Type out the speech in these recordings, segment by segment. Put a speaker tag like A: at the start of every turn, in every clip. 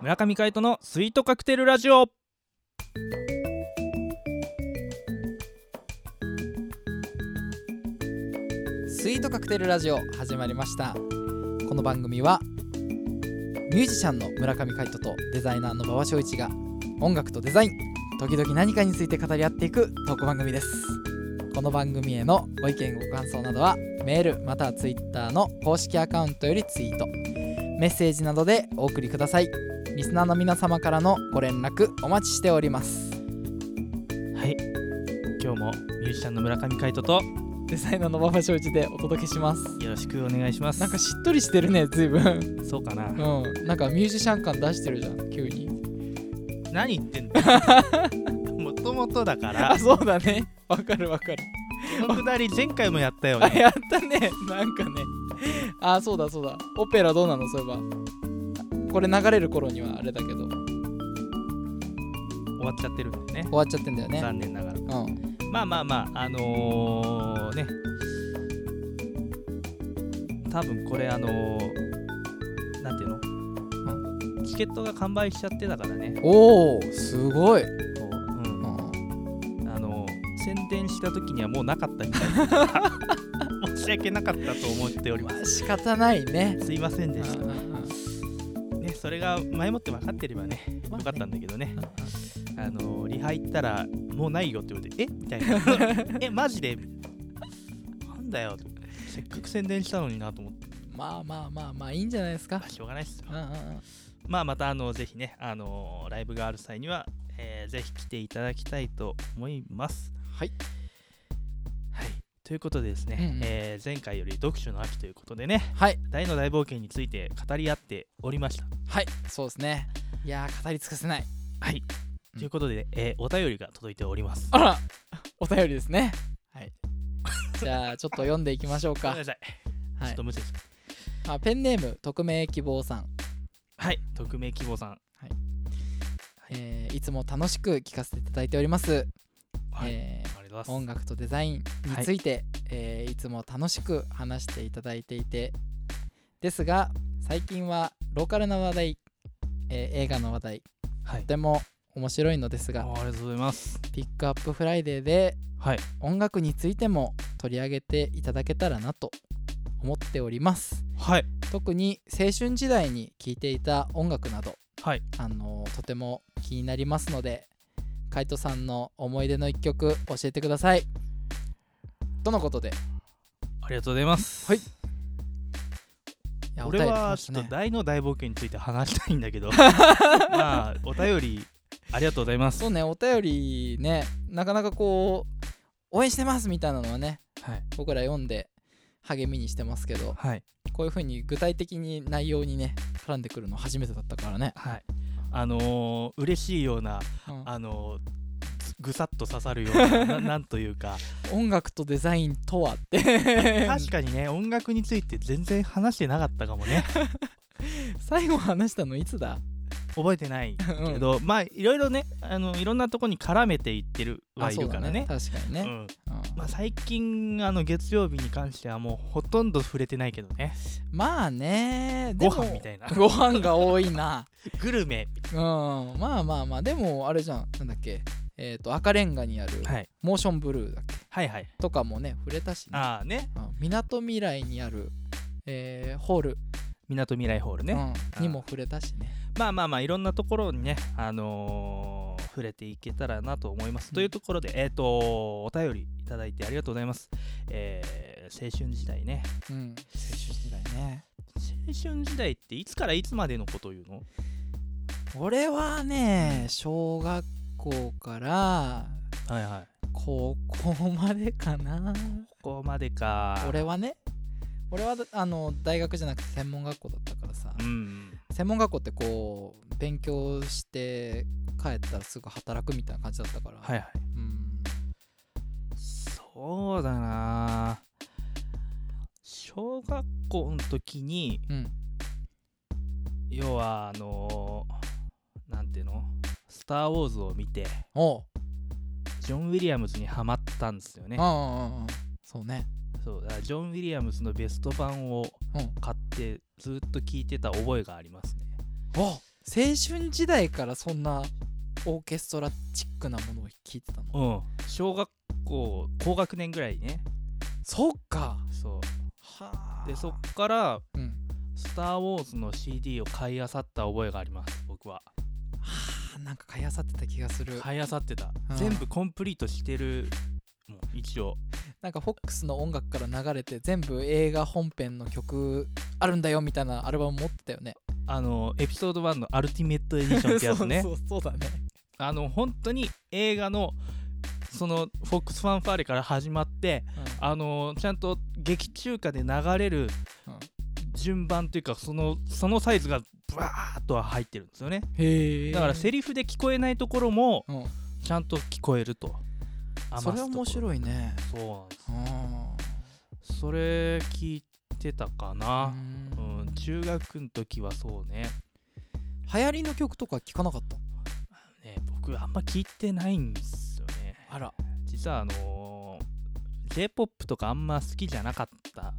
A: 村上海人のスイートカクテルラジオ
B: スイートカクテルラジオ始まりましたこの番組はミュージシャンの村上海人とデザイナーの馬場翔一が音楽とデザイン時々何かについて語り合っていくトーク番組ですこの番組へのご意見ご感想などはメールまたはツイッターの公式アカウントよりツイートメッセージなどでお送りくださいリスナーの皆様からのご連絡お待ちしております
A: はい今日もミュージシャンの村上海人と
B: デザイナーの馬場翔一でお届けします
A: よろしくお願いします
B: なんかしっとりしてるね随分
A: そうかな、
B: うん、なんかミュージシャン感出してるじゃん急に
A: 何言 ってんだもともとだから
B: あそうだねわかるわかる
A: このくだり前回もやったよ
B: あ
A: ね
B: やったねなんかねあそうだそうだオペラどうなのそういえばこれ流れる頃にはあれだけど
A: 終
B: 終
A: わっちゃってるんでね
B: わっちゃってんだよね
A: 残念ながら
B: うん
A: まあまあまああのー、ね多分これあのー、なんていうの、チケットが完売しちゃってたからね
B: おおすごい、
A: こううん
B: う
A: あの宣伝した時にはもうなかったみたいな申し訳なかったと思っておりま
B: ん、仕方ないね
A: すすいませんでし
B: うんうんうん
A: たねそれが前もって分かってればねよ
B: まあね
A: かったんだけどね
B: うんうん
A: あのリハ行ったらもうないよって言われてえみたいなえマジでみたいななんだよせっかく宣伝したのになと思って
B: まあまあまあまあいいんじゃないですか
A: あしょうがないっすよ
B: うんうんうん
A: まあまたあのぜひねあのライブがある際には、えーぜひ来ていただきたいと思います
B: はい
A: はいということでですね、
B: うんうん
A: えー前回より読書の秋ということでね
B: はい
A: 大の大冒険について語り合っておりました
B: はいそうですねいやー語り尽くせない
A: はい
B: うん
A: ということで、えーお便りが届いております
B: あ ら、お便りですね。はい。じゃあ、ちょっと読んでいきましょう
A: ご
B: か
A: めん。なさい、
B: は
A: ちょっ
B: い
A: と。無視です
B: あ、ペンネーム、匿名希望さん。
A: はい匿名希望さん
B: えーいつも楽しく聞かせていただいております。
A: はい、
B: えー
A: ありがとうござい
B: 音
A: ます
B: 楽とデザインについて、えーいつも楽しく話していただいていてですが最近はローカルな話題、えー映画の話題
A: はい
B: とても面白いのです
A: あ
B: が
A: ありがとうございます
B: ピックアップフライデーで
A: はい
B: 音楽についても取り上げていただけたらなと思っております
A: はい
B: 特に青春時代に聴いていた音楽など
A: はい
B: あのとても気になりますので海人さんの思い出の一曲教えてくださいとのことでい
A: ありがとうございます
B: はいや
A: 俺はちょっと
B: だ
A: 大の大冒険について話したいんだけ ど まあお便りありがとうございます
B: そうねお便りねなかなかこう応援してますみたいなのはね
A: はい、
B: 僕ら読んで励みにしてますけど
A: はい
B: こういう風に具体的に内容にね絡んでくるの初めてだったからね、
A: はい、あのー、嬉しいような
B: うん
A: あのーぐさっと刺さるような ななんというか
B: 音楽とデザインとはって
A: 確かにね音楽について全然話してなかったかもね
B: 最後話したのいつだ
A: 覚えてない
B: うん
A: けど、まあいろいろねあのいろんなとこに絡めていってるはいるからね
B: あそうだ確かにね、
A: うん
B: うん
A: まあ、最近あの月曜日に関してはもうほとんど触れてないけどね
B: まあね
A: ご飯みたいな
B: ご飯が多いな
A: グルメ
B: うんまあまあまあでもあれじゃんなんだっけえっ、と赤レンガにある
A: はい
B: モーションブルーだっけ
A: はいはい
B: とかもね触れたしね
A: ああね
B: うんみなとみらいにあるえーホール、
A: みなとみらいホールね、
B: うん、にも触れたしね
A: まあまあまあいろんなところにねあのー触れていけたらなと思います、
B: うん
A: というところでえっ、とお便りいただいてありがとうございますえー、青春時代ね
B: うん青春時代ね
A: 青春時代っていつからいつまでのことを言うの
B: 俺はね小学校から
A: はいはい
B: 高校までかな
A: ここまでか
B: 俺はね俺はだあの大学じゃなくて専門学校だったからさ、
A: うん
B: 専門学校ってこう勉強して帰ったらすぐ働くみたいな感じだったから、
A: はいはい
B: うん
A: そうだな小学校の時に
B: うん
A: 要はあのーなんていうの「スター・ウォーズ」を見て
B: おう
A: ジョン・ウィリアムズにはまったんですよね
B: うんうんうんうんそうね
A: そうだからジョン・ウィリアムズのベスト版を
B: うん
A: 買ってずっと聴いてた覚えがありますね
B: お青春時代からそんなオーケストラチックなものを聴いてたの
A: うん小学校高学年ぐらいにね
B: そっか
A: そ
B: は
A: うでそっから
B: うん
A: 「スター・ウォーズ」の CD を買い漁った覚えがあります僕は
B: はあなんか買いあさってた気がする
A: 買い漁ってた
B: うん
A: 全部コンプリートしてるもう一応
B: なんかフォックスの音楽から流れて全部映画本編の曲あるんだよみたいなアルバム持ってたよね
A: あのエピソード1の「アルティメット・エディション」ってやつね
B: そうそうそうだね
A: あの本当に映画のそのフォックスファンファーレから始まってあのちゃんと劇中歌で流れる
B: うん
A: 順番というかそのそのサイズがバーッとは入ってるんですよね
B: へえ
A: だからセリフで聞こえないところも
B: うん
A: ちゃんと聞こえると
B: それは面
A: い
B: 白いね
A: そうなんで
B: うん
A: すそれ聞いてたか
B: う
A: な、うんん中学の時はそうね
B: 流行りの曲とか聴かなかった
A: ね僕あんま聞いてないんですよね
B: あら
A: 実はあのー、j p o p とかあんま好きじゃなかった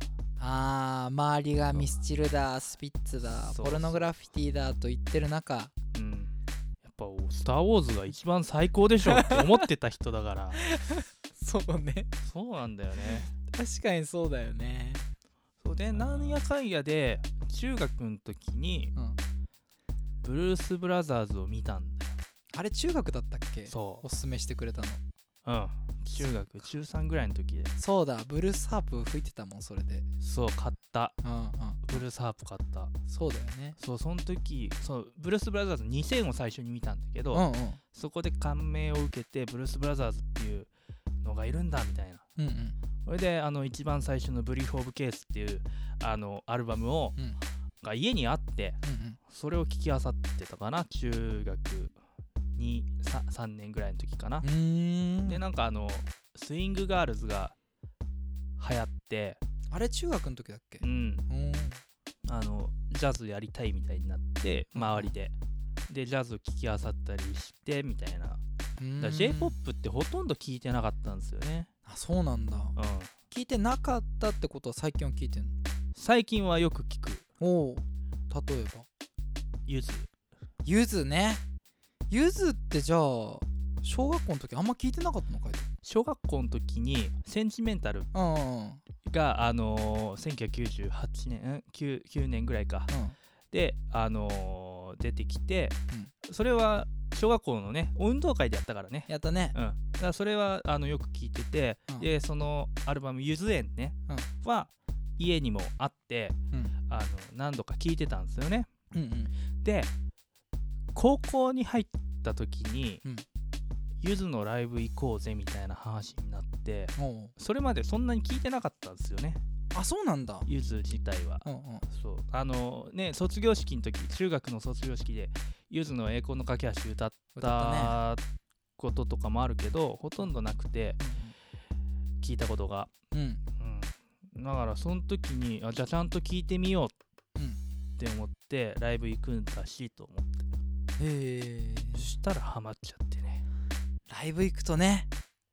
B: あー周りがミスチルだスピッツだ
A: そう
B: ポルノグラフィティだと言ってる中
A: うんやっぱ「スター・ウォーズ」が一番最高でしょって思ってた人だから
B: そうね
A: そうなんだよね
B: 確かにそうだよね
A: そうでなんやかんやで中学の時に
B: うん
A: ブルース・ブラザーズを見たんだよ
B: あれ中学だったっけ
A: そ
B: おすすめしてくれたの
A: ううん中学中3ぐらいの時で
B: そうだブルースハープ吹いてたもんそれで
A: そう買った
B: うんうん
A: ブルースハープ買った
B: そうだよね
A: そうその時そうブルース・ブラザーズ2000を最初に見たんだけ
B: う
A: ど、
B: んうん
A: そこで感銘を受けてブルース・ブラザーズっていうのがいるんだみたいな
B: うんうん
A: それであの一番最初の「ブリーフ・オブ・ケース」っていうあのアルバムを、
B: うん
A: が家にあって
B: うん
A: それを聴き漁ってたかな中学に 3, 年ぐらいの時かな
B: う、んうー
A: で
B: ん
A: なんかあのスイングガールズが流行って、
B: あれ中学の時だっけ
A: うん、
B: うん
A: あのジャズやりたいみたいになって周りででジャズを聴き漁ったりしてみたいな
B: うん
A: だ j p o p ってほとんど聴いてなかったんですよね、
B: あそうなんだ
A: うん、
B: 聞いてなかったってことは最近は聞いてんの
A: 最近はよく聴く
B: おお例えば
A: ゆず
B: ゆずねゆずってじゃあ小学校の時あんま聞いてなかったのかい
A: 小学校の時に「センチメンタル
B: うんうんうん
A: が」あのー1998年ん 9, 9年ぐらいかで、あのー出てきて、それは小学校のね運動会でやったからね、
B: やったね
A: うん、だからそれはあのよく聞いてて、
B: うん
A: でそのアルバム「ゆず園ね」
B: うん
A: は家にもあって
B: うん
A: あの何度か聞いてたんですよね
B: うんうん
A: で高校に入った時に
B: うん
A: ゆず、のライブ行こうぜみたいな話になって
B: おう
A: それまでそんなに聞いてなかったんですよね
B: あそうなんだ
A: ゆず自体は。
B: うんうん
A: そうあのね卒業式の時中学の卒業式でゆずの「栄光の架け橋」歌っ
B: 歌
A: たこととかもあるけどほとんどなくて聞いたことが、
B: うんうん
A: うん、だからその時にあじゃあちゃんと聞いてみよう
B: うん
A: って思ってライブ行くんだしと思っ
B: へえ
A: てそしたらハマっちゃってね
B: ライブ行くとね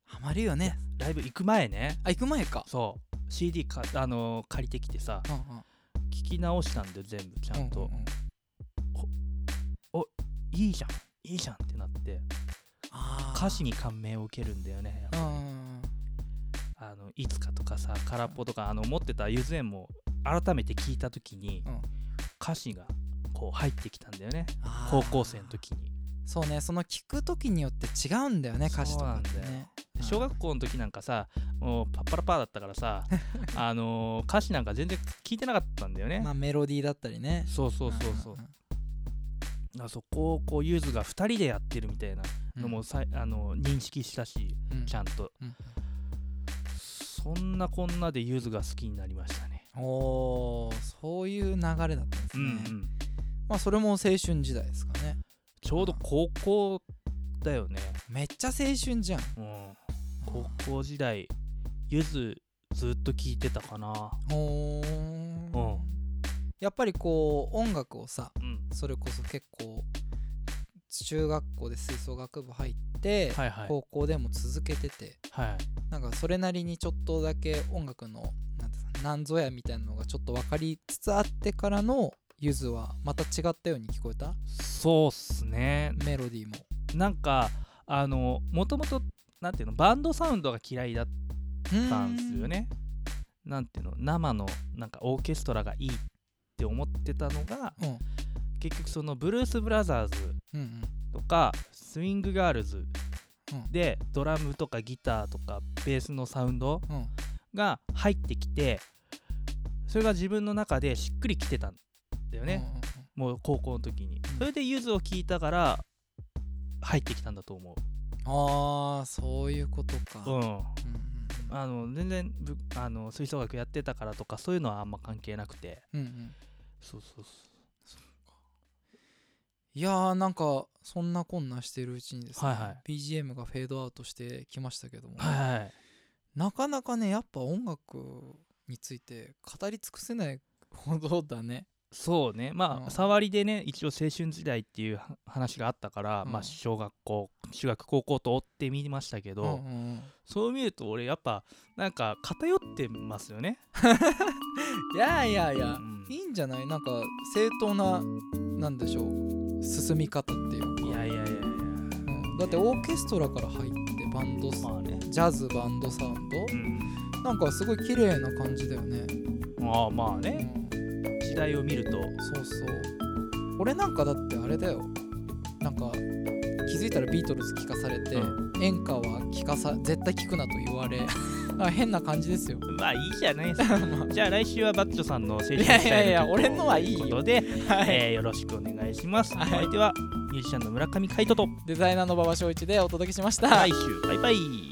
B: ハマるよね
A: ライブ行く前ね
B: あ行く前か
A: そう CD か、あの借りてきてさ
B: うんうん
A: 聞き直したんで全部ちゃんと、
B: うんうんうん
A: いいじゃんいいじゃんってなって
B: あー
A: 歌詞に感銘を受けるんだよね
B: うんうん
A: あのいつかとかさ空っぽとかあの持ってたゆず園も改めて聞いた時に、
B: うん
A: 歌詞がこう入ってきたんだよね
B: あー
A: 高校生の時に
B: そうねその聞く時によって違うんだよね歌詞とかって
A: そうなんだよ
B: ね
A: で小学校の時なんかさもうパッパラパーだったから さあのー歌詞なんか全然聞いてなかったんだよね、
B: まあメロディーだったりね
A: そうそうそうそうだからそこをこうゆずが2人でやってるみたいなのもさ、あの認識したしちゃ
B: ん
A: んと
B: うん
A: そんなこんなでゆずが好きになりましたね
B: おーそういう流れだったんです
A: うん
B: ね、
A: うん
B: まあそれも青春時代ですかね
A: ちょうど高校だよね、
B: めっちゃ青春じゃん
A: うん、高校時代ゆずずっと聴いてたかな
B: おー
A: うん
B: やっぱりこう音楽をさ
A: うん
B: それこそ結構中学校で吹奏楽部入って、
A: はいはい
B: 高校でも続けてて
A: はい
B: なんかそれなりにちょっとだけ音楽のなんていうのなんぞやみたいなのがちょっと分かりつつあってからのゆずはまた違ったように聞こえた
A: そうっすね
B: メロディーも
A: なんかあのもともとなんていうのバンドサウンドが嫌いだったんですよねなんていうの生のなんかオーケストラがいいって思ってたのが
B: うんうん
A: 結局そのブルース・ブラザーズ
B: うん
A: とかスイング・ガールズ
B: うん
A: でドラムとかギターとかベースのサウンド
B: うん
A: が入ってきてそれが自分の中でしっくりきてたんだよね、もう高校の時に
B: うん
A: それでゆずを聞いたから入ってきたんだと思
B: うんうんああそういうことか
A: う、うん、
B: うんうん
A: あの全然ぶあの吹奏楽やってたからとかそういうのはあんま関係なくて
B: うんうん
A: そうそうそ
B: いやーなんかそんなこんなしてるうちにですね、
A: はいは
B: BGM がフェードアウトしてきましたけども、
A: うはいはい
B: なかなかねやっぱ音楽について語り尽くせないほどだね
A: そうねまあ、
B: うん
A: 触りでね一応青春時代っていうは話があったから、
B: うん
A: まあ小学校中学高校と追ってみましたけど、
B: うんうんうん
A: そう見ると俺やっぱなんか偏ってますよね。
B: いやいやいや、
A: うん
B: いいんじゃないなんか正当ななんでしょう進み方っていうか
A: いやいやいやいや
B: うんだってオーケストラから入ってバンドス
A: まあね。
B: ジャズバンドサウン
A: う
B: ド
A: ん、
B: なんかすごい綺麗な感じだよね、
A: まあまあ
B: う
A: ね
B: ん
A: 時代を見ると
B: そうそう俺なんかだってあれだよなんか気づいたらビートルズ聞かされて、
A: う
B: 演歌は聞かさ絶対聞くなと言われ あ変な感じですよ
A: まあいいじゃないですか。
B: ま
A: じゃあ来週はバッチョさんの青春
B: い
A: 時代
B: や
A: の
B: いやいや
A: 曲を
B: 俺のはいいよ
A: ということで、
B: あはい
A: えーよろしくお願いします。
B: はい
A: お相手はミュージシャンの村上海人と
B: デザイナーの馬場翔一でお届けしました、
A: 来週バイバイ。